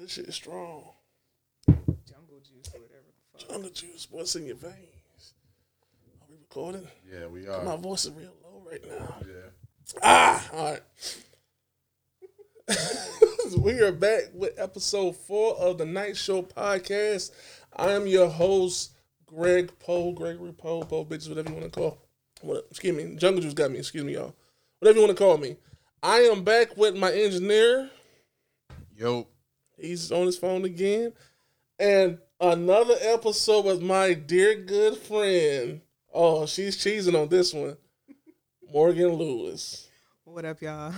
that shit strong. Jungle juice or whatever the fuck. Trying to juice what's in your veins. Are we recording? Yeah, we are. My voice is real low right now. Yeah. Ah, all right. we are back with episode four of the Night Show podcast. I am your host, Greg Poe, Gregory Poe, Poe Bitches, whatever you want to call. What, excuse me, Jungle Juice got me. Excuse me, y'all. Whatever you want to call me. I am back with my engineer. Yo. He's on his phone again. And another episode with my dear good friend. Oh, she's cheesing on this one. Morgan Lewis. What up, y'all?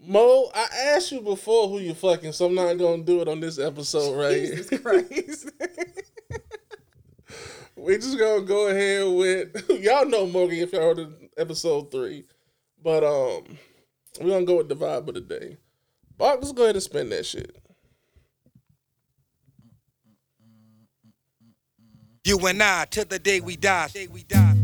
Mo, I asked you before who you fucking, so I'm not gonna do it on this episode right here. Jesus Christ. We just gonna go ahead with y'all know Morgan if y'all heard of episode three. But um we're gonna go with the vibe of the day. Bob, just go ahead and spin that shit. You and I till the day we die. Day we die.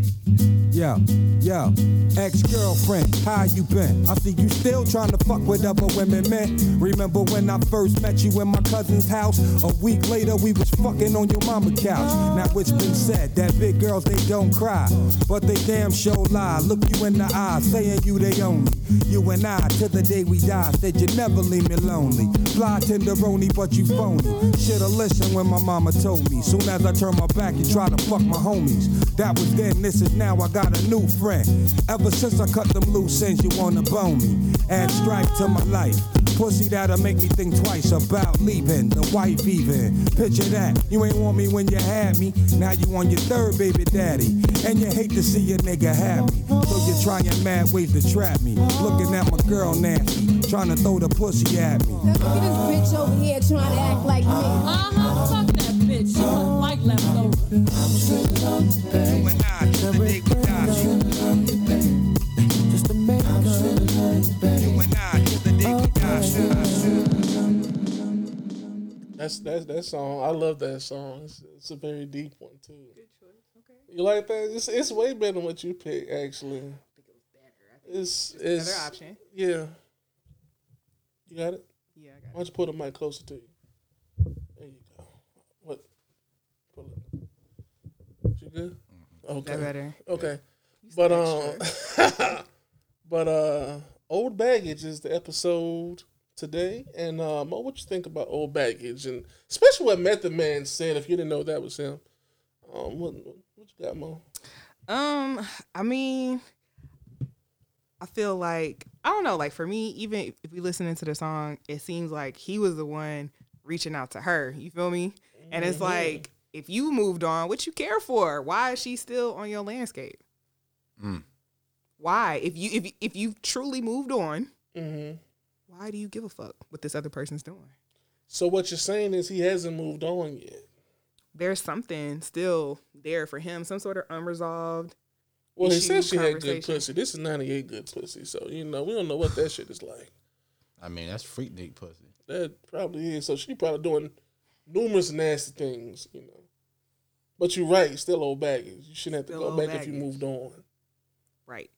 Yeah, yeah. Ex-girlfriend, how you been? I see you still trying to fuck with other women, man. Remember when I first met you in my cousin's house? A week later, we was fucking on your mama couch. Now it's been said that big girls they don't cry, but they damn sure lie. Look you in the eye, saying you they own me. You and I till the day we die. Said you never leave me lonely. Fly tenderoni, but you phony. Shoulda listened when my mama told me. Soon as I turn my back, you try to fuck my homies. That was then, this is now. I got a new friend. Ever since I cut them loose, since you wanna bone me. Add strife to my life. Pussy that'll make me think twice about leaving the wife even. Picture that, you ain't want me when you had me. Now you on your third baby daddy. And you hate to see a nigga happy. So you're trying mad ways to trap me. Looking at my girl nasty, trying to throw the pussy at me. Look at this bitch over here trying to act like me. Uh-huh, fuck that bitch. She don't like leftovers. You and I till the day we die. You and I till the day we die. That's that's that song. I love that song. It's, it's a very deep one too. Good choice. Okay. You like that? It's it's way better than what you pick actually. It's it's Another option. Yeah. You got it. Yeah, I Why got it. don't you put the mic closer to you? There you go. What? Pull it. You good? Is that Okay. better? Okay. But um, but uh, old baggage is the episode today, and um, what you think about old baggage, and especially what Method Man said. If you didn't know that was him, um, what what you got, Mo? Um, I mean, I feel like I don't know. Like for me, even if we listening to the song, it seems like he was the one reaching out to her. You feel me? And it's like if you moved on, what you care for? Why is she still on your landscape? Why? If you if you- if you truly moved on, Mm-hmm. why do you give a fuck what this other person's doing? So what you're saying is he hasn't moved on yet. There's something still there for him, some sort of unresolved. Well, he Issue said she had good conversation. pussy. This is '98 good pussy, so you know we don't know what that shit is like. I mean, that's freak Nick pussy. That probably is. So she probably doing numerous nasty things, you know. But you're right, still old baggage. You shouldn't have to go Still old back if you baggage. moved on. Right.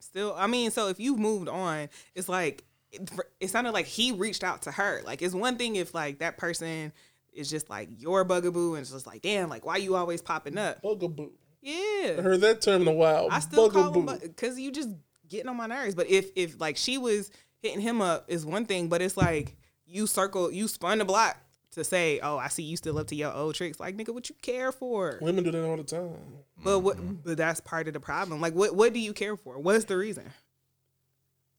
Still, I mean, so if you've moved on, it's like it, it sounded like he reached out to her. Like it's one thing if like that person is just like your bugaboo and it's just like, damn, like why you always popping up? Bugaboo. I Yeah. heard that term in a while. I still Bugaboo. call him because you just getting on my nerves. But if if like she was hitting him up is one thing, but it's like you circle you spun the block to say, oh, I see you still up to your old tricks. Like nigga, what you care for? Women do that all the time. But Mm-hmm. what? But that's part of the problem. Like what what do you care for? What's the reason?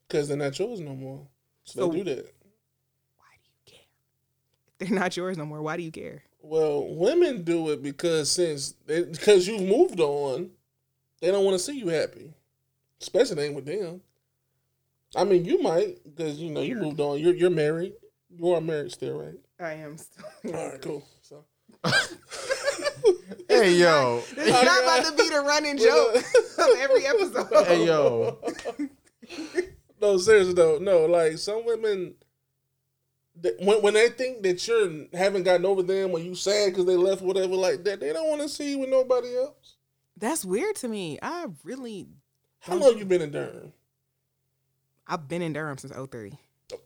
Because they're not yours no more. So, they So- do that. Why do you care? If they're not yours no more, why do you care? Well, women do it because since they, because you've moved on, they don't want to see you happy. Especially they ain't with them. I mean, you might because you know you moved on. You're you're married. You are married still, right? I am. Still All right, cool. So Hey yo. It's not about to be the running joke of every episode. Hey yo. no, seriously though, no. Like some women, th- when when they think that you're haven't gotten over them or you sad because they left, whatever, like that, they don't want to see you with nobody else. That's weird to me. I really, How long you been in Durham? I've been in Durham since 03.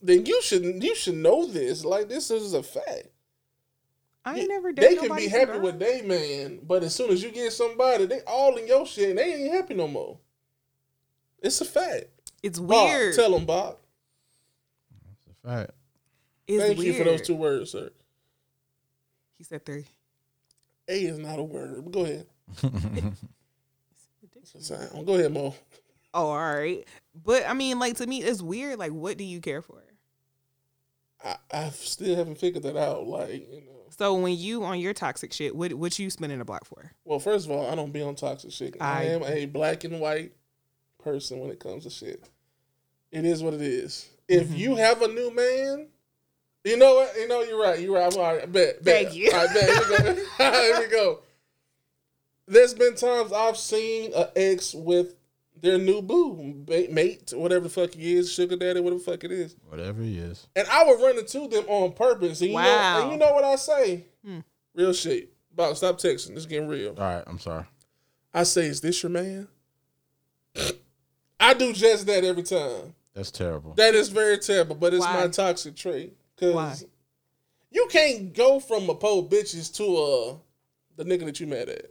Then you should you should know this. Like this is a fact. I ain't never dated They can be nobody happy single. with they man, but as soon as you get somebody, they all in your shit and they ain't happy no more. It's a fact. It's Bob, weird. tell them, Bob. It's a fact. it's Thank weird. you for those two words, sir. He said three. A is not a word. But go ahead. It's a sound. Go ahead, Mo. Oh, all right. But I mean, like to me, it's weird. Like, what do you care for? I, I still haven't figured that out. Like, you know. So when you on your toxic shit, what what you spending a block for? Well, first of all, I don't be on toxic shit. I, I- am a black and white person when it comes to shit. It is what it is. Mm-hmm. If you have a new man, you know what? You know you're right. You're right. I'm all right. Bet. bet. Thank you. All right, bet. Here we go. Here we go. There's been times I've seen a ex with their new boo, ba- mate, whatever the fuck he is, sugar daddy, whatever the fuck it is. Whatever it is. And I would run into them on purpose. And you, know, Wow. Hmm. and you know what I say? Real shit. Bob, stop texting. It's getting real. All right, I'm sorry. I say, "Is this your man?" I do just that every time. That's terrible. That is very terrible, but it's Why? my toxic trait. Why? Cause you can't go from a pole bitches to uh the nigga that you mad at.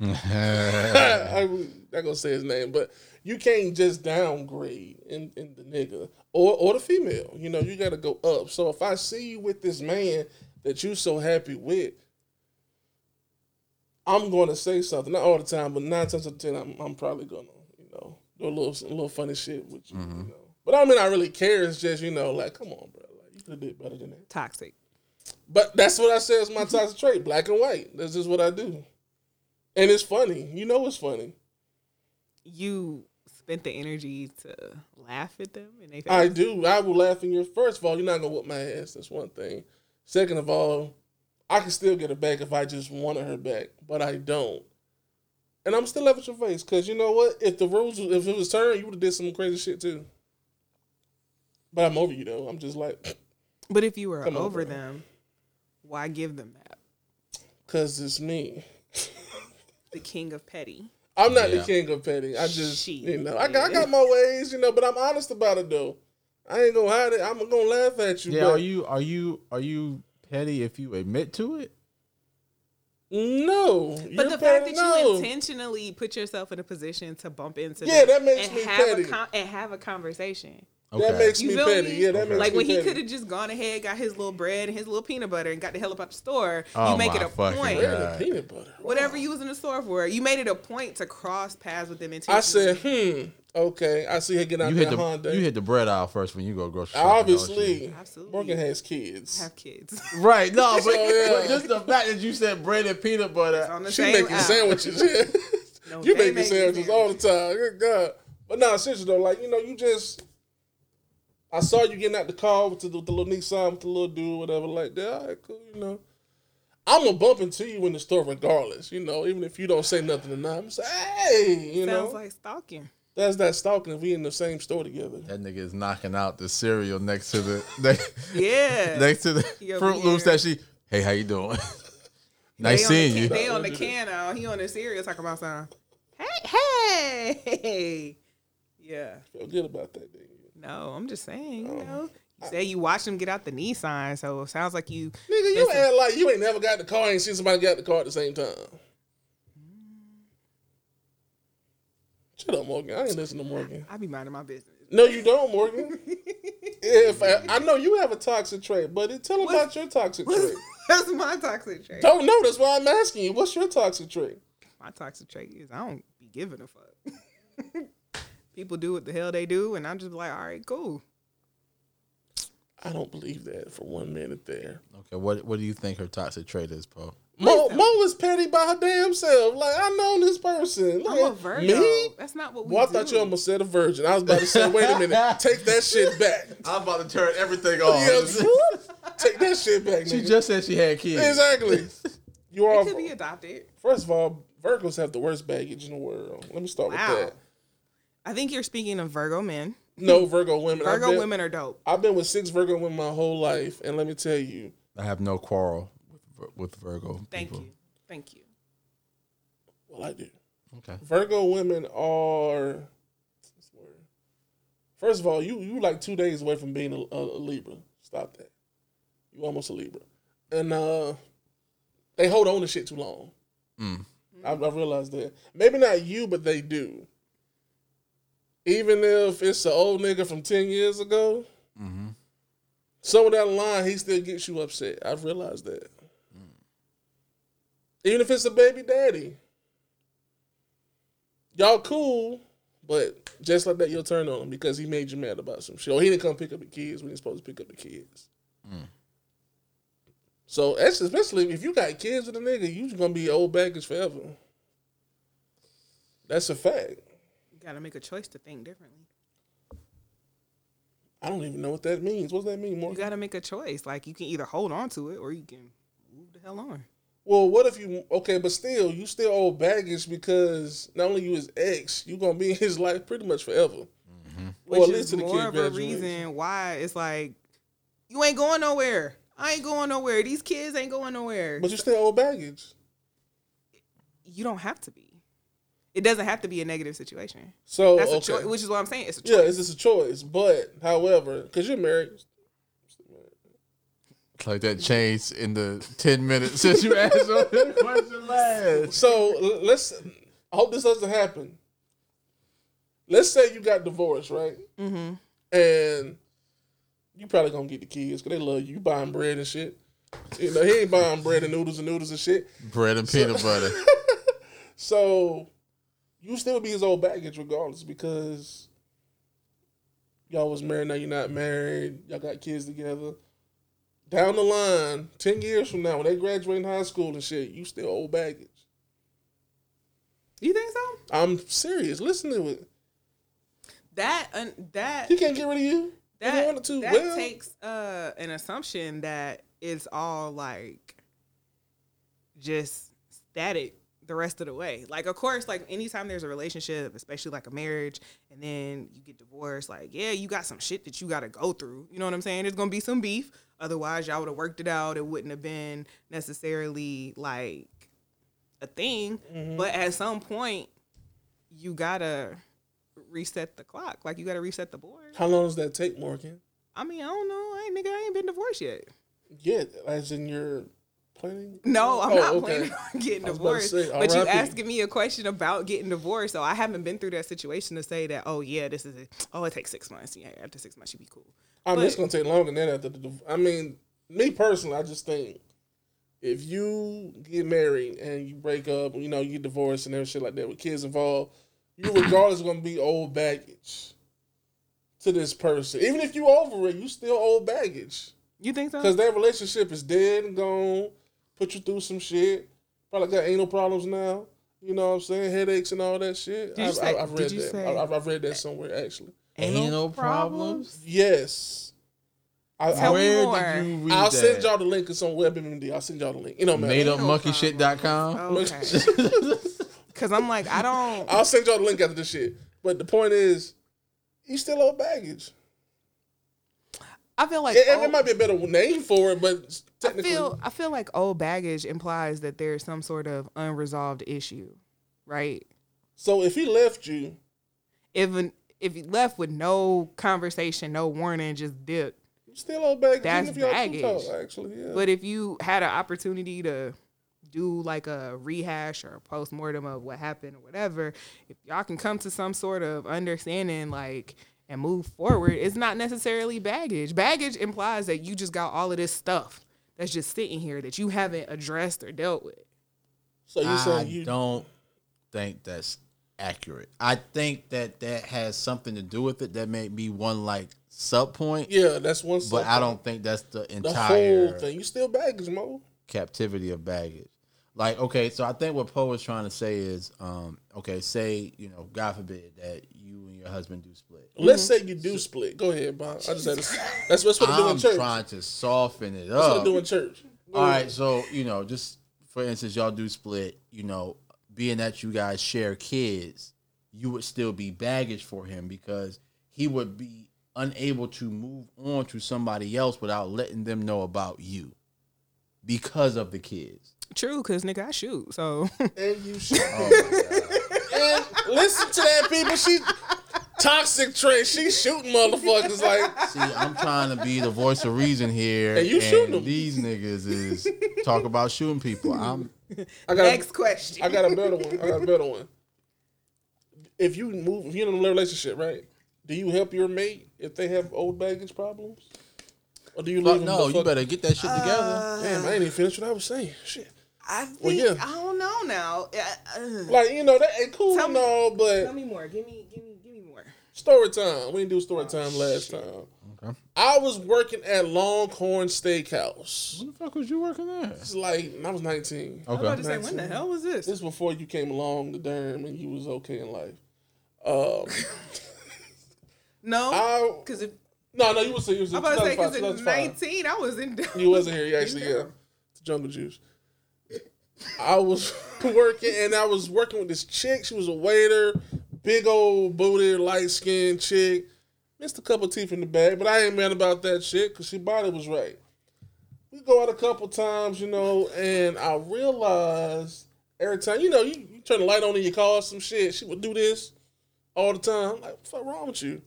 I, am not gonna say his name, but you can't just downgrade in, in the nigga or or the female. You know, you gotta go up. So if I see you with this man that you so happy with, I'm gonna say something. Not all the time, but nine times out of ten, I'm, I'm probably gonna you know do a little a little funny shit with you. you know. But I don't mean I really care. It's just you know like come on, bro. Like you could did better than that. Toxic. But that's what I said is my toxic trait, black and white. That's just what I do. And it's funny. You know it's funny. You spent the energy to laugh at them and they. I do. I will laugh in your first of all, you're not gonna whip my ass, that's one thing. Second of all, I can still get her back if I just wanted her back, but I don't. And I'm still laughing at your face, cause you know what? If the rules if it was turned, you would have did some crazy shit too. But I'm over you though. I'm just like But if you were Come on, over bro. them, why give them that? cause it's me. The king of petty. I'm not the Yeah. king of petty. I just, Shit. you know, I got, I got my ways, you know, but I'm honest about it though. I ain't gonna hide it. I'm gonna laugh at you. yeah, but- are you are you are you petty if you admit to it? No, But the fact that you intentionally put yourself in a position to bump into Yeah, that them makes and me have petty. A con- and have a conversation. that makes You me feel petty. me? Yeah, that makes Like me when he petty. could have just gone ahead, got his little bread and his little peanut butter, and got the hell up out the store. Oh you make it my a fucking point. God. Really, peanut butter. Whatever you was in the store for, you made it a point to cross paths with them. I Intentionally. said, hmm, okay. I see her get out You you hit that the Honda. you hit the bread aisle first when you go grocery shopping. Oh, don't you? Obviously, Absolutely. Morgan has kids. have kids Right, no, but, yeah. but just the fact that you said bread and peanut butter. on the She same making aisle. sandwiches. yeah. No, you they making making sandwiches all the time. Good God. But nah, seriously though, like you know, you just. I saw you getting out the car with the, with the little Nissan, with the little dude, whatever, like that. All right, cool, you know. I'm gonna bump into you in the store regardless, you know. Even if you don't say nothing to none, I'm say, hey, you know, sounds like stalking. that's that stalking. If we in the same store together, That nigga is knocking out the cereal next to the next, Yeah, next to the He over Fruit Loops here. that she. Hey, how you doing? They nice on the seeing ca- you. They on the can out. He on the cereal talking about something. Hey, hey, yeah. feel good about that. Didn't you? No, I'm just saying. You know, you say you watched him get out the Nissan, so it sounds like you. Nigga, you Listen. act like you ain't never got in the car and seen somebody get out the car at the same time. Shut up, Morgan. I ain't listening to Morgan. I be minding my business. No, you don't, Morgan. if I, I know you have a toxic trait, but it- tell about your toxic trait. That's my toxic trait. Don't know. That's why I'm asking you. What's your toxic trait? My toxic trait is I don't be giving a fuck. People do what the hell they do, and I'm just like, all right, cool. I don't believe that for one minute there. Okay, what what do you think her toxic trait is, Paul? Mo, Mo is petty by her damn self. Like I know this person. Look I'm a at Virgo. Me? That's not what we Well, I do. thought you almost said a virgin. I was about to say, wait a minute, take that shit back. I'm about to turn everything off. Yes. Take that shit back, Oh, she nigga. just said she had kids. exactly. You are It could be adopted. first of all, Virgos have the worst baggage in the world. Let me start Wow. with that. I think you're speaking of Virgo men. No Virgo women. I've Virgo been, women are dope. I've been with six Virgo women my whole life, and let me tell you, I have no quarrel with Vir- with Virgo. Thank people. you. Thank you. well, I do. Okay. Virgo women are. what's the word? First of all, you you like two days away from being a, a, a Libra. Stop that. You almost a Libra, and uh, they hold on to shit too long. I, I realized that. Maybe not you, but they do. Even if it's an old nigga from ten years ago, somewhere down the line he still gets you upset. I've realized that. Even if it's a baby daddy, y'all cool, but just like that, you'll turn on him because he made you mad about some shit. Or he didn't come pick up the kids when he's supposed to pick up the kids. So that's especially if you got kids with a nigga, you just gonna be old baggage forever. That's a fact. You gotta make a choice to think differently. I don't even know what that means. What does that mean, You Morgan? gotta make a choice. Like you can either hold on to it or you can move the hell on. Well, what if you okay, but still you still old baggage because not only you his ex, you gonna be in his life pretty much forever. Or Which at least is to the kid more of a graduates. reason why it's like you ain't going nowhere. I ain't going nowhere. These kids ain't going nowhere. But you still old baggage. you don't have to be. It doesn't have to be a negative situation. So That's Oh, okay. a choice, which is what I'm saying. It's a yeah, choice. it's just a choice. But however, because you're married, Like that changed in the ten minutes since you asked that question last. so l- let's. I hope this doesn't happen. Let's say you got divorced, right? Mm-hmm. And you probably gonna get the kids because they love you. You buying bread and shit. You know he ain't buying bread and noodles and noodles and shit. Bread and peanut butter. So you still be his old baggage regardless because y'all was married, now you're not married, y'all got kids together. Down the line, ten years from now, when they graduate in high school and shit, you still old baggage. You think so? I'm serious. Listen to it. That un, that He can't get rid of you. if he that, wanted to. that well, takes uh, an assumption that it's all like just static the rest of the way. Like, of course, like anytime there's a relationship, especially like a marriage, and then you get divorced, like, yeah, you got some shit that you got to go through. You know what I'm saying? There's going to be some beef. Otherwise, y'all would have worked it out. It wouldn't have been necessarily like a thing. Mm-hmm. But at some point, you got to reset the clock. Like, you got to reset the board. how long does that take, Morgan? I mean, I don't know. I ain't nigga. I ain't been divorced yet. Yeah, as in you're planning. No, I'm Oh, not okay. planning on getting I was about to divorced. say, but you RIP. asking me a question about getting divorced, so I haven't been through that situation to say that. Oh yeah, this is it. Oh, it takes six months. Yeah, after six months, you be cool. I mean, it's gonna But- take longer than that. After the, div- I mean, me personally, I just think if you get married and you break up, you know, you get divorced and everything shit like that with kids involved, you regardless gonna be old baggage to this person. Even if you over it, you still old baggage You think so? because that relationship is dead and gone. Put you through some shit. Probably got anal problems now. You know what I'm saying? Headaches and all that shit. Did you I've, say- I've, I've did read you that. say- I- I've, I've read that somewhere actually. Anal problems? Yes. I, I- Tell me Where more. did you read I'll that? send y'all the link. It's on WebMD. I'll send y'all the link. You know, man. MadeUpMonkeyShit.com. Okay. Because I'm like, I don't. I'll send y'all the link after this shit. But the point is, he's still old baggage. I feel like It, it old- might be a better name for it, but I technically, feel I feel like old baggage implies that there's some sort of unresolved issue, right? so if he left you, Even if you left with no conversation, no warning, just dipped. you still old baggage. That's even if y'all two baggage. Talk, actually, yeah. But if you had an opportunity to do like a rehash or a postmortem of what happened or whatever, if y'all can come to some sort of understanding, like and move forward, it's not necessarily baggage. Baggage implies that you just got all of this stuff that's just sitting here that you haven't addressed or dealt with. so you I saying you don't think that's accurate. I think that that has something to do with it. That may be one like sub point, Yeah, that's one. but subject. I don't think that's the The entire whole thing. You still baggage, Mo. captivity of baggage. Like, okay, so I think what Poe is trying to say is, um, okay, say you know, God forbid that you and your husband do split. Mm-hmm. Let's say you do split. Go ahead, Bob. I just had to, that's that's what I do in I'm church. trying to soften it That's what I up. do in church. All right, so you know, just for instance, y'all do split. You know, being that you guys share kids, you would still be baggage for him because he would be unable to move on to somebody else without letting them know about you because of the kids. True, cause nigga, I shoot. So Oh And you should. and listen to that, people. She Toxic Trey, she shooting motherfuckers like See, I'm trying to be the voice of reason here. And you shooting them. These niggas is talk about shooting people. I'm I got Next question. I got a better one. I got a better one. If you move, if you're in a relationship, right? Do you help your mate if they have old baggage problems, or do you leave fuck them? no. the You fuck- Uh, better get that shit together. Damn, I ain't even finished what I was saying. Shit. I think Well, yeah. I don't know now. Uh, uh, Like you know that ain't cool Tell and me- all, tell but me more. Give me, give me, give me more. story time. We didn't do Oh, story time last time. I was working at Longhorn Steakhouse. What the fuck was you working at? It's like I was 19. I was about Okay. to say, when the hell was this? This is before you came along the derm and you was okay in life. Um, I, No, because if no, no, you was you was I'm about to say, because 2005, in 2005. 19, I was in. You wasn't here. You actually, yeah. It's Jungle Juice. I was working, and I was working with this chick. She was a waiter, big old booty, light skinned chick. Missed a couple teeth in the bag, but I ain't mad about that shit because she body was right. We go out a couple times, you know, and I realized every time, you know, you, you turn the light on in your car, some shit. She would do this all the time. I'm like, what's wrong with you?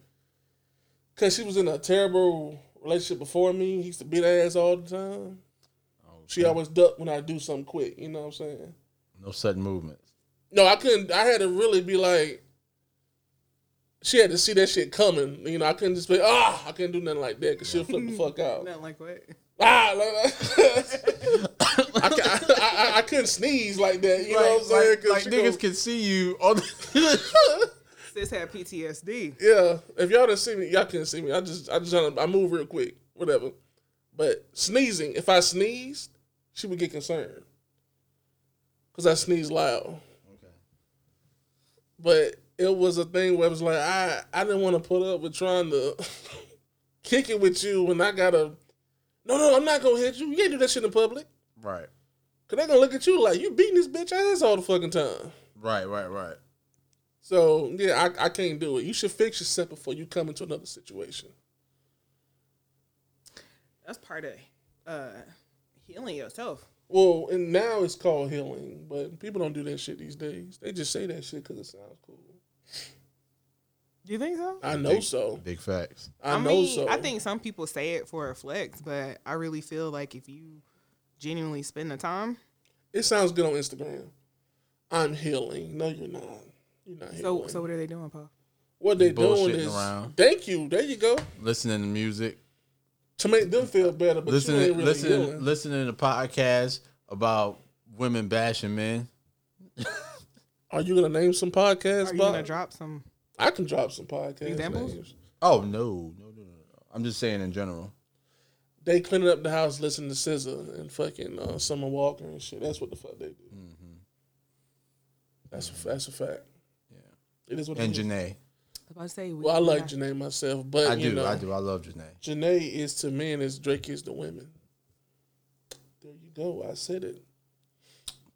Cause she was in a terrible relationship before me. He used to beat her ass all the time. She always ducked when I do something quick. You know what I'm saying? No sudden movements. No, I couldn't. I had to really be like. She had to see that shit coming. You know, I couldn't just be ah. I couldn't do nothing like that because she'll flip the fuck out. Nothing like what? Ah, like, I, ca- I, I, I couldn't sneeze like that. You know what I'm saying? 'Cause like she niggas gonna- can see you on. The- Sis had PTSD. Yeah, if y'all didn't see me, y'all couldn't see me. I just, I just, I move real quick, whatever. But sneezing, if I sneezed, she would get concerned because I sneeze loud. Okay. But it was a thing where it was like I, I didn't want to put up with trying to kick it with you when I gotta. No, no, I'm not gonna hit you. You can't do that shit in public. right, Cause they gonna look at you like you beating this bitch ass all the fucking time. right, right, right. So yeah, I, I can't do it. You should fix yourself before you come into another situation. That's part of uh, healing yourself. Well, and now it's called healing, but people don't do that shit these days. They just say that shit because it sounds cool. Do you think so? I know so. Big facts. I, know mean, so. I think some people say it for a flex, but I really feel like if you genuinely spend the time, it sounds good on Instagram. I'm healing. No, you're not. You're not so healing. so what are they doing, Paul? what they doing Bullshitting is around. thank you. There you go Listening to music. to make them feel better. But you listening, ain't really listening, healing. listening to podcasts about women bashing men. Are you gonna name some podcasts? Are you Bob? gonna drop some? I can drop some podcasts. Examples? names. Oh no, no, no, no, no. I'm just saying in general. They cleaning up the house, listening to SZA and fucking uh, Summer Walker and shit. That's what the fuck they do. Mm-hmm. That's a, that's a fact. Yeah, it is what it And is. Janae, I was about to say, we, Well, I we like got- Janae myself, but I you do, know, I do, I love Janae. Janae is to men as Drake is to women. There you go. I said it.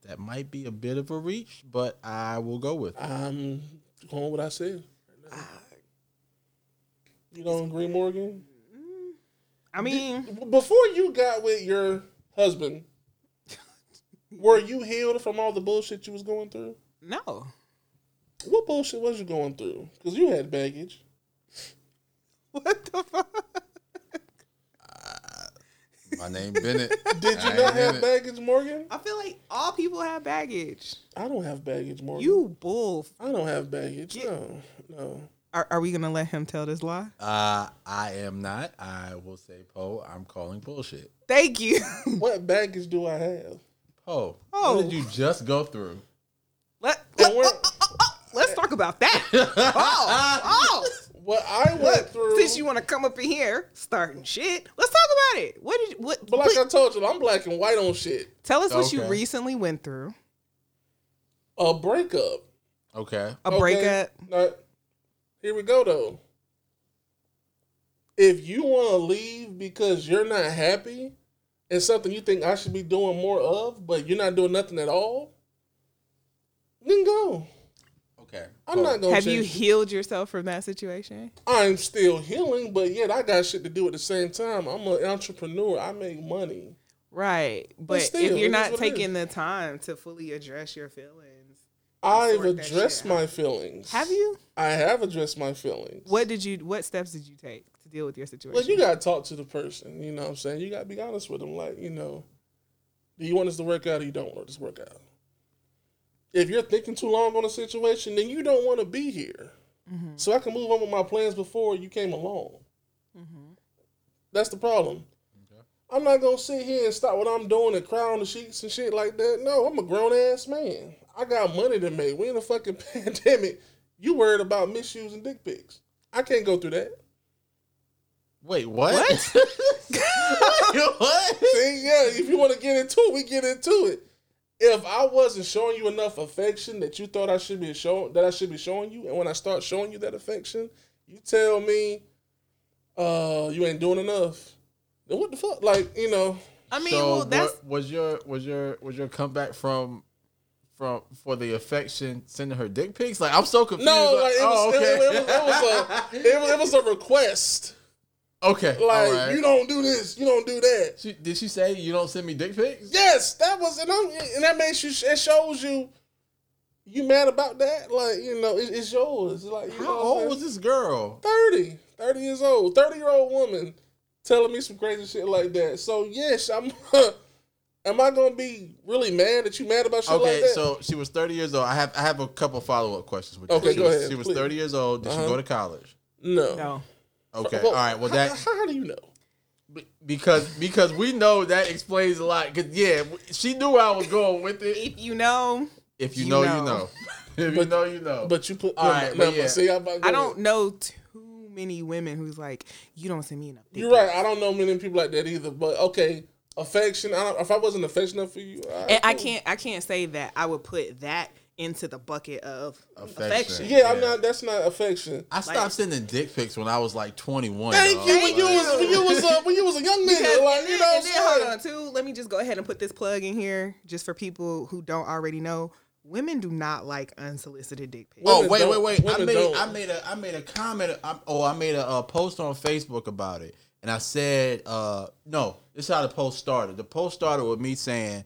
That might be a bit of a reach, but I will go with it. I'm going with what I said. You don't agree, Morgan? I mean, Before you got with your husband, were you healed from all the bullshit you was going through? no. What bullshit was you going through? Because you had baggage. What the fuck? My name Bennett. Did you I not ain't in have it. baggage, Morgan? I feel like all people have baggage. I don't have baggage, Morgan. You bull. I don't have baggage. No, no. Are, are we gonna let him tell this lie? Uh, I am not. I will say, Poe, I'm calling bullshit. Thank you. What baggage do I have? Poe, Oh. what did you just go through? Let, uh, And let, we're, us talk about that. Oh, what I went oh. through. Since you want to come up in here starting shit, let's talk about it. What did you, what? but like please- I told you, I'm black and white on shit. tell us what you Okay. recently went through. A breakup. Okay. A okay? breakup. Now, here we go though. If you want to leave because you're not happy, and something you think I should be doing more of, but you're not doing nothing at all, then go. Okay. I'm Poe, not gonna. Have you change- healed yourself from that situation? I'm still healing, but yet I got shit to do at the same time. I'm an entrepreneur. I make money. Right. But still, if it you're is not what it taking the time to fully address your feelings I've sort that shit addressed out. my feelings. Have you? I have addressed my feelings. What did you? What steps did you take to deal with your situation? Well, you gotta talk to the person. You know what I'm saying? You gotta be honest with them. Like, you know, do you want us to work out or you don't want us to work out? If you're thinking too long on a situation, then you don't want to be here. So I can move on with my plans before you came along. That's the problem. I'm not gonna sit here and stop what I'm doing and cry on the sheets and shit like that. No, I'm a grown ass man. I got money to make. We in a fucking pandemic. You worried about misuse and dick pics. I can't go through that. Wait, what? What? what? See, yeah, if you want to get into it, we get into it. If I wasn't showing you enough affection that you thought I should be showing that I should be showing you, and when I start showing you that affection, you tell me uh you ain't doing enough. Then what the fuck? Like, you know, I mean, so well, what- that's was your was your was your comeback from from for the affection sending her dick pics? Like I'm so confused. no, Like, like it oh, was, okay, it, was- it was, it was a it was, it was a request. okay. Like, all right. you don't do this, you don't do that. She, did she say you don't send me dick pics? Yes, that was, and, I'm, and that makes you. It shows you. You mad about that? Like you know, it, it's yours. Like you know How what I'm old saying? was this girl? 30, 30 years old, 30 year old woman telling me some crazy shit like that. So, yes, I'm. am I going to be really mad that you mad about shit Okay, like that? so she was 30 years old. I have I have a couple follow up questions with Okay, you. She go was, ahead, She was please. 30 years old. Did she go to college? no. no. Okay, Well, all right. Well, how, that How do you know? because because we know that explains a lot. Cause yeah, she knew where I was going with it. If you know, If you, You know, you know. know. If you know, you know. But you put. All right, but yeah. See, I'm about to go I don't there. know too many women who's like, you don't send me enough. dick You're right. I don't know many people like that either. But, okay, affection. I don't, if I wasn't affectionate for you, all right, And I cool. can't I can't say that I would put that into the bucket of Affection. affection. Yeah, I'm Yeah. not. That's not affection. I stopped sending dick pics when I was like 21. Thank dog. you. When you Like, was when you was uh, when you was a young Because- nigga, like and you know. What then- and then, I'm saying? hold on too. Let me just go ahead and put this plug in here just for people who don't already know. Women do not like unsolicited dick pics. Well, Oh Women wait, wait, don't- wait! I women made don't. I made a I made a comment. I, oh, I made a, uh post on Facebook about it, and I said, uh, "No, this is how the post started. The post started with me saying,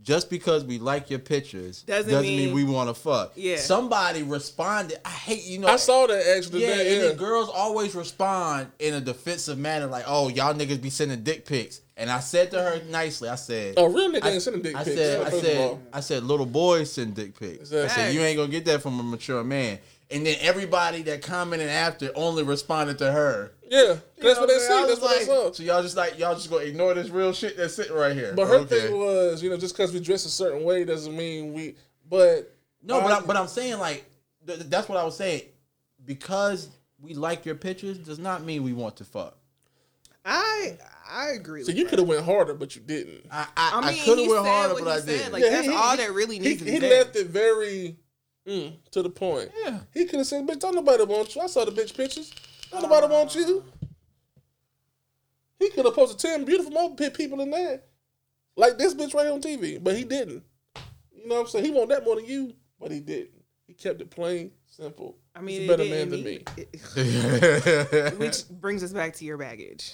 just because we like your pictures Doesn't mean- we want to fuck." Yeah. Somebody responded. I hate you know. I saw that actually. Yeah, today, and then girls always respond in a defensive manner, like, "Oh, y'all niggas be sending dick pics." And I said to her nicely, I said, A real nigga I, Oh, ain't sending dick I pics. Said, I first of said, all. I said, little boys send dick pics. I said, Exactly. you ain't gonna get that from a mature man. And then everybody that commented after only responded to her. yeah, that's what they You know see. That's what I'm saying? I was they saw. like, So y'all just like y'all just gonna ignore this real shit that's sitting right here. But her Okay. thing was, you know, just because we dress a certain way doesn't mean we. But no, but I, but I'm saying like th- th- that's what I was saying. Because we like your pictures does not mean we want to fuck. I I agree. so with you could have went harder, but you didn't. I I I, I, mean, could have he went said harder, what but I he said, did. like- that's all that really needs he, to be He there. left it very mm, to the point. Yeah. he could have said, "Bitch, don't nobody want you." I saw the bitch pictures. Don't nobody Uh. want you. He could have posted ten beautiful more pe- people in that, like this bitch right on TV, but he didn't. You know what I'm saying? He want that more than you, but he didn't. He kept it plain, simple. I mean, He's it a better man didn't than me. mean- it- which brings us back to your baggage.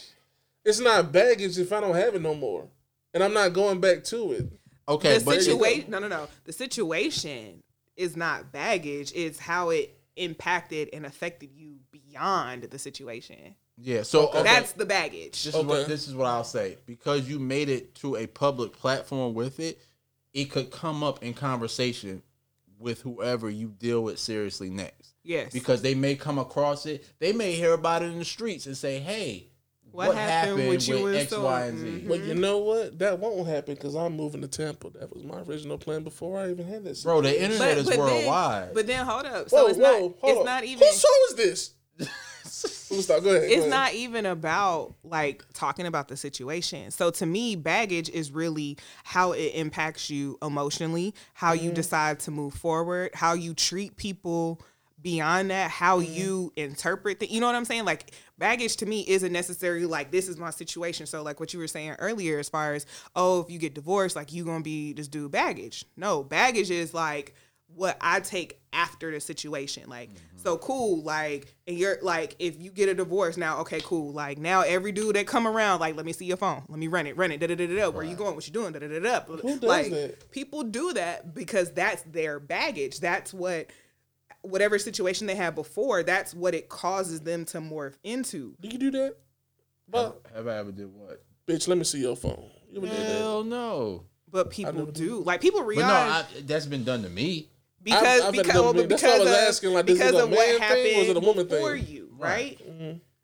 It's not baggage if I don't have it no more, and I'm not going back to it. okay, The but situation. No, no, no. The situation is not baggage. It's how it impacted and affected you beyond the situation. yeah. So okay. That's the baggage. This is what Okay. this is what I'll say because you made it to a public platform with it, it could come up in conversation with whoever you deal with seriously next. Yes. Because they may come across it, they may hear about it in the streets and say, "Hey, what, What happened, happened with, with you and X, so- Mm-hmm. Y, and Z?" But you know what? That won't happen because I'm moving to Tampa. That was my original plan before I even had this. Bro, the internet is worldwide. Then, but then hold up. So it's not. it's not even. Whose show is this? Let me stop. Go ahead. go it's ahead. not even about like talking about the situation. So to me, baggage is really how it impacts you emotionally, how you decide to move forward, how you treat people beyond that, how you interpret the you know what I'm saying? Like baggage to me isn't necessarily like this is my situation. So like what you were saying earlier as far as, oh, if you get divorced, like you gonna be this dude baggage. No, baggage is like what I take after the situation. Like, so cool. Like, and you're like, if you get a divorce now, okay, cool. Like now, every dude that come around, like, let me see your phone, let me run it, run it, da da da da. da. Where you going? What you doing? Da da da da. Who does like, that? people do that because that's their baggage. That's what whatever situation they had before. That's what it causes them to morph into. Do you do that? But Have I ever did what? bitch, let me see your phone. You ever did that? Hell no. But people do like people But realize no, I, that's been done to me. I've- because I've because, been well, dumb- because that's why I was of, asking, like, this is because a of what man happened thing, was it a woman thing? Mm-hmm. for you, right?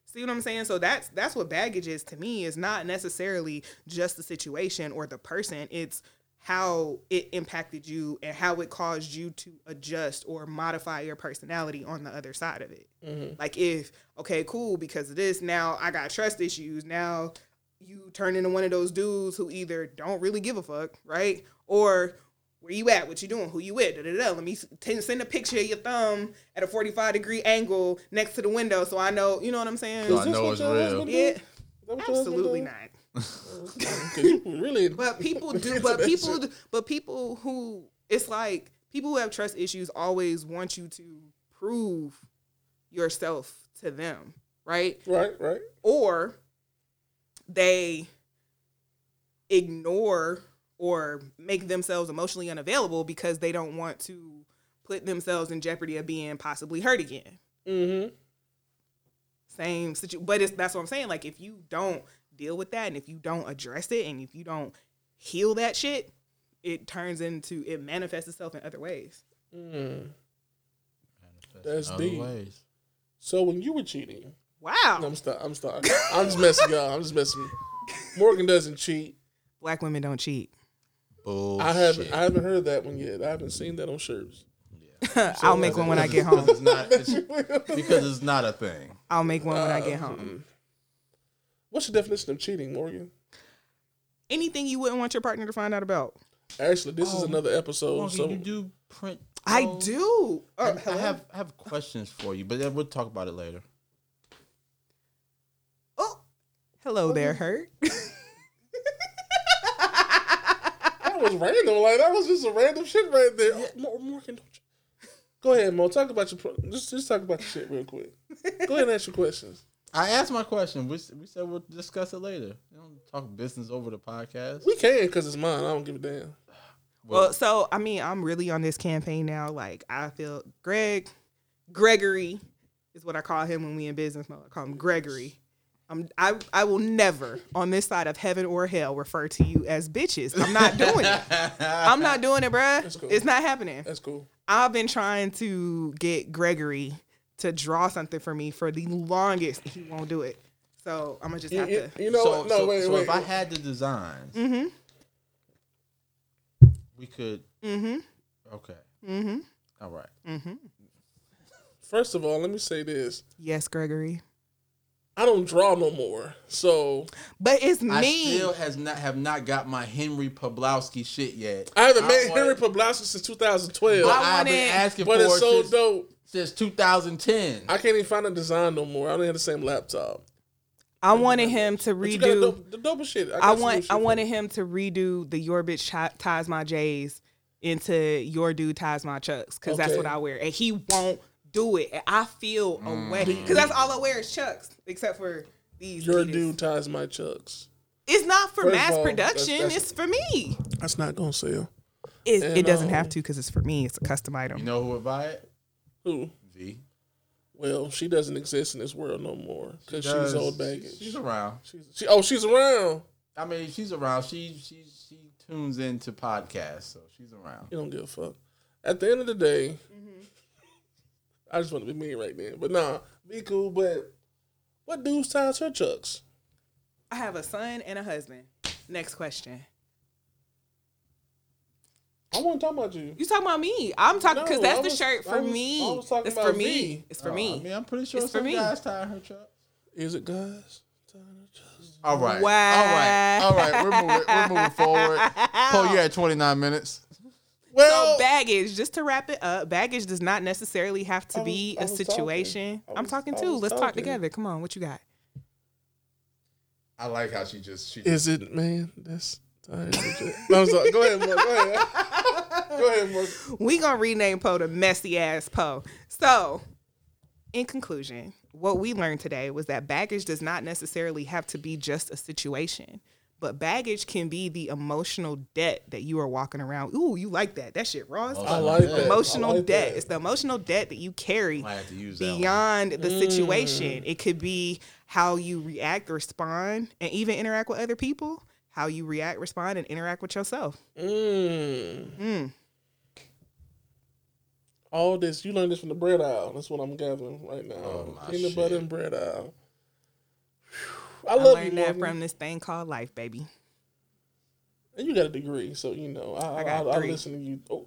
See what I'm saying? So that's that's what baggage is to me. Is not necessarily just the situation or the person. It's how it impacted you and how it caused you to adjust or modify your personality on the other side of it. Like if okay, cool, because of this now I got trust issues. Now you turn into one of those dudes who either don't really give a fuck, right? Or where you at? What you doing? Who you with? Da, da, da. Let me s- ten- send a picture of your thumb at a 45 degree angle next to the window so I know, you know what I'm So saying? I know it's your real. husband Yeah, That what your husband absolutely does? not. 'Cause you really, But people do, but people, do- but people who, it's like people who have trust issues always want you to prove yourself to them, right? right, right. or they ignore or make themselves emotionally unavailable because they don't want to put themselves in jeopardy of being possibly hurt again. Mm-hmm. Same situation, but it's that's what I'm saying. Like if you don't deal with that and if you don't address it and if you don't heal that shit, it turns into it manifests itself in other ways. That's Other deep. ways. So when you were cheating, Wow, I'm st- I'm sorry. I'm just messing, y'all. I'm just messing. Morgan doesn't cheat. black women don't cheat. Bullshit. I haven't I haven't heard that one yet. I haven't seen that on shirts. I'll make one when I get home. It's not, it's, because it's not a thing. I'll make one when I get home. What's your definition of cheating, Morgan? Anything you wouldn't want your partner to find out about. Actually, this is another episode. so you do print. I do. I, Oh, I hello? have I have questions for you, but then we'll talk about it later. Oh, hello there, hurt. that was random. Like that was just a random shit right there. Oh, Mor- Morgan, don't you? Go ahead, Mo. Talk about your pro- just just talk about your shit real quick. Go ahead and ask your questions. I asked my question. We, s- we said we'll discuss it later. You don't talk business over the podcast. We can because it's mine. I don't give a damn. well, so I mean, I'm really on this campaign now. Like, I feel Greg, Gregory is what I call him when we in business mode. I call him Gregory. I'm, I, I will never on this side of heaven or hell refer to you as bitches. I'm not doing it. I'm not doing it, bruh. cool. It's not happening. That's cool. I've been trying to get Gregory to draw something for me for the longest. He won't do it. So I'm gonna just You, have you- to. you know, so, what? no, so- wait, so wait. if I had the designs, Mm-hmm. we could. Mm-hmm. Okay. Mm-hmm. All right. Mm-hmm. First of all, let me say this: Yes, Gregory. I don't draw no more. So But it's I me. still has not have not got my Henry Poblowski shit yet. I haven't made want- Henry Poblowski since 2012, But but, I've been it. asking for it's it so since, dope. since 2010. I can't even find a design no more. I don't have the same laptop. I wanted him to But you got the redo. dope, the dope shit. I got some new want. shit I for wanted you. him to redo the your bitch Chi- ties my J's into your dude ties my chucks because that's Okay. what I wear, and he won't do it. And I feel away because that's all I wear is chucks, except for these. Your Adidas. dude ties my chucks. It's not for First of mass all, that's- production. that's- it's for me. That's not gonna sell. It, And, it doesn't um, have to because it's for me. It's a custom item. you know who would buy it? Who? V. Well, she doesn't exist in this world no more because she's Does- old she- baggage. She's around. She's- she, oh, she's around. I mean, she's around. She she she tunes into podcasts, so she's around. You don't give a fuck. At the end of the day, I just want to be mean right then. But nah, be cool. But what dudes ties her chucks? I have a son and a husband. Next question. I want to talk about you. You talking about me? I'm talking because No, that's I the was- shirt I for was- me. I was talking it's about for me. me. It's for Uh, me. I mean, I'm pretty sure It's for some me. guys tying her truck. Is it guys? tying her chucks? All right. Wow. All right. All right. We're moving, we're moving forward. Paul, you're at 29 minutes. So Well, baggage, just to wrap it up, baggage does not necessarily have to be I a was talking. situation. I I'm was- talking I too. was Let's talk talking. together. Come on, what you got? I like how she just she is it man? That's tying her chucks. No, I'm sorry. Go ahead, Mo. Go ahead. Go ahead, Mark. we gonna rename Poe to messy ass Poe. So, in conclusion, what we learned today was that baggage does not necessarily have to be just a situation, but baggage can be the emotional debt that you are walking around. Ooh, you like that? That shit raw. as Oh, I fuck. like that. Emotional I like debt. that. It's the emotional debt that you carry Might have to use that one. beyond the situation. It could be how you react, respond, and even interact with other people. How you react, respond, and interact with yourself. Mm. All this, you learned this from the bread aisle. That's what I'm gathering right now. Oh, my Peanut shit. butter and bread aisle. Whew. I I love you, learned that Morgan. from this thing called life, baby. And you got a degree, so you know I I, I got I, I three. listen to you. Oh,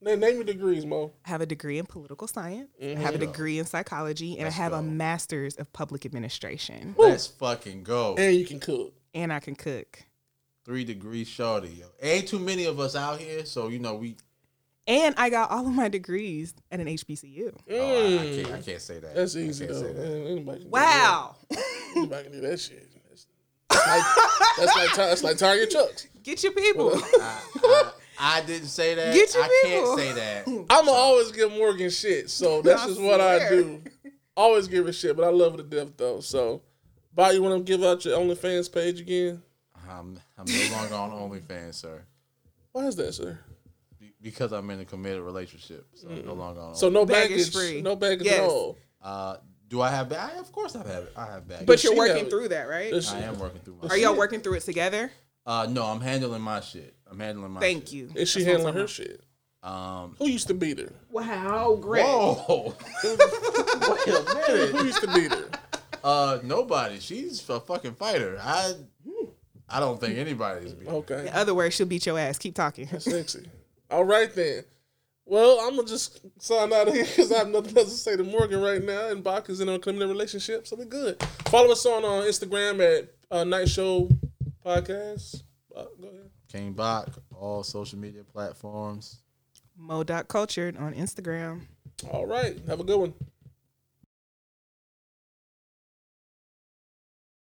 na- name your degrees, Mo. I have a degree in political science. I have a Mm-hmm. degree in psychology, and Let's I have go. a master's of public administration. Let's fucking go. And you can cook. And I can cook. Three degrees shorty. Yo. Ain't too many of us out here, so you know we. And I got all of my degrees at an HBCU. Mm-hmm. Oh, I, I can't, I can't say that. That's I easy can't though. say that. Man, anybody can do Wow. that. Anybody can do that shit. That's that's like that's like, tar- that's like Target Chucks. Get your people. I, I didn't say that. Get your I people. can't say that. I'ma always give Morgan shit, so that's I just what I swear. do. Always give her shit, but I love her to death though. So, Bob, you want to give out your OnlyFans page again? I'm, I'm no longer on OnlyFans, sir, Why is that, sir? Be- because I'm in a committed relationship. So I'm no longer on. So no baggage, Baggage free. no baggage Yes. at all. uh, do I have? Ba- I, of course, I have. I have baggage. but you're she working got- through that, right? This I shit- am working through my. Are y'all working through it together? Uh, no, I'm handling my shit. I'm handling my. Thank shit. you. Is she That's what handling I'm her talking shit? you. Um. Who used to beat her? Wow, great. Whoa. Wait a minute. Who used to beat her? Uh, nobody. She's a fucking fighter. I. I don't think anybody's. Oh. beat her. Okay. In other words, she'll beat your ass. Keep talking. Sexy. All right then. Well, I'm gonna just sign out of here because I have nothing else to say to Morgan right now. And Bach is in a committed relationship, so we're good. Follow us on uh, Instagram at uh, Night Show Podcast. Uh, go ahead. King Bach, all social media platforms. Mo.cultured on Instagram. All right. Have a good one.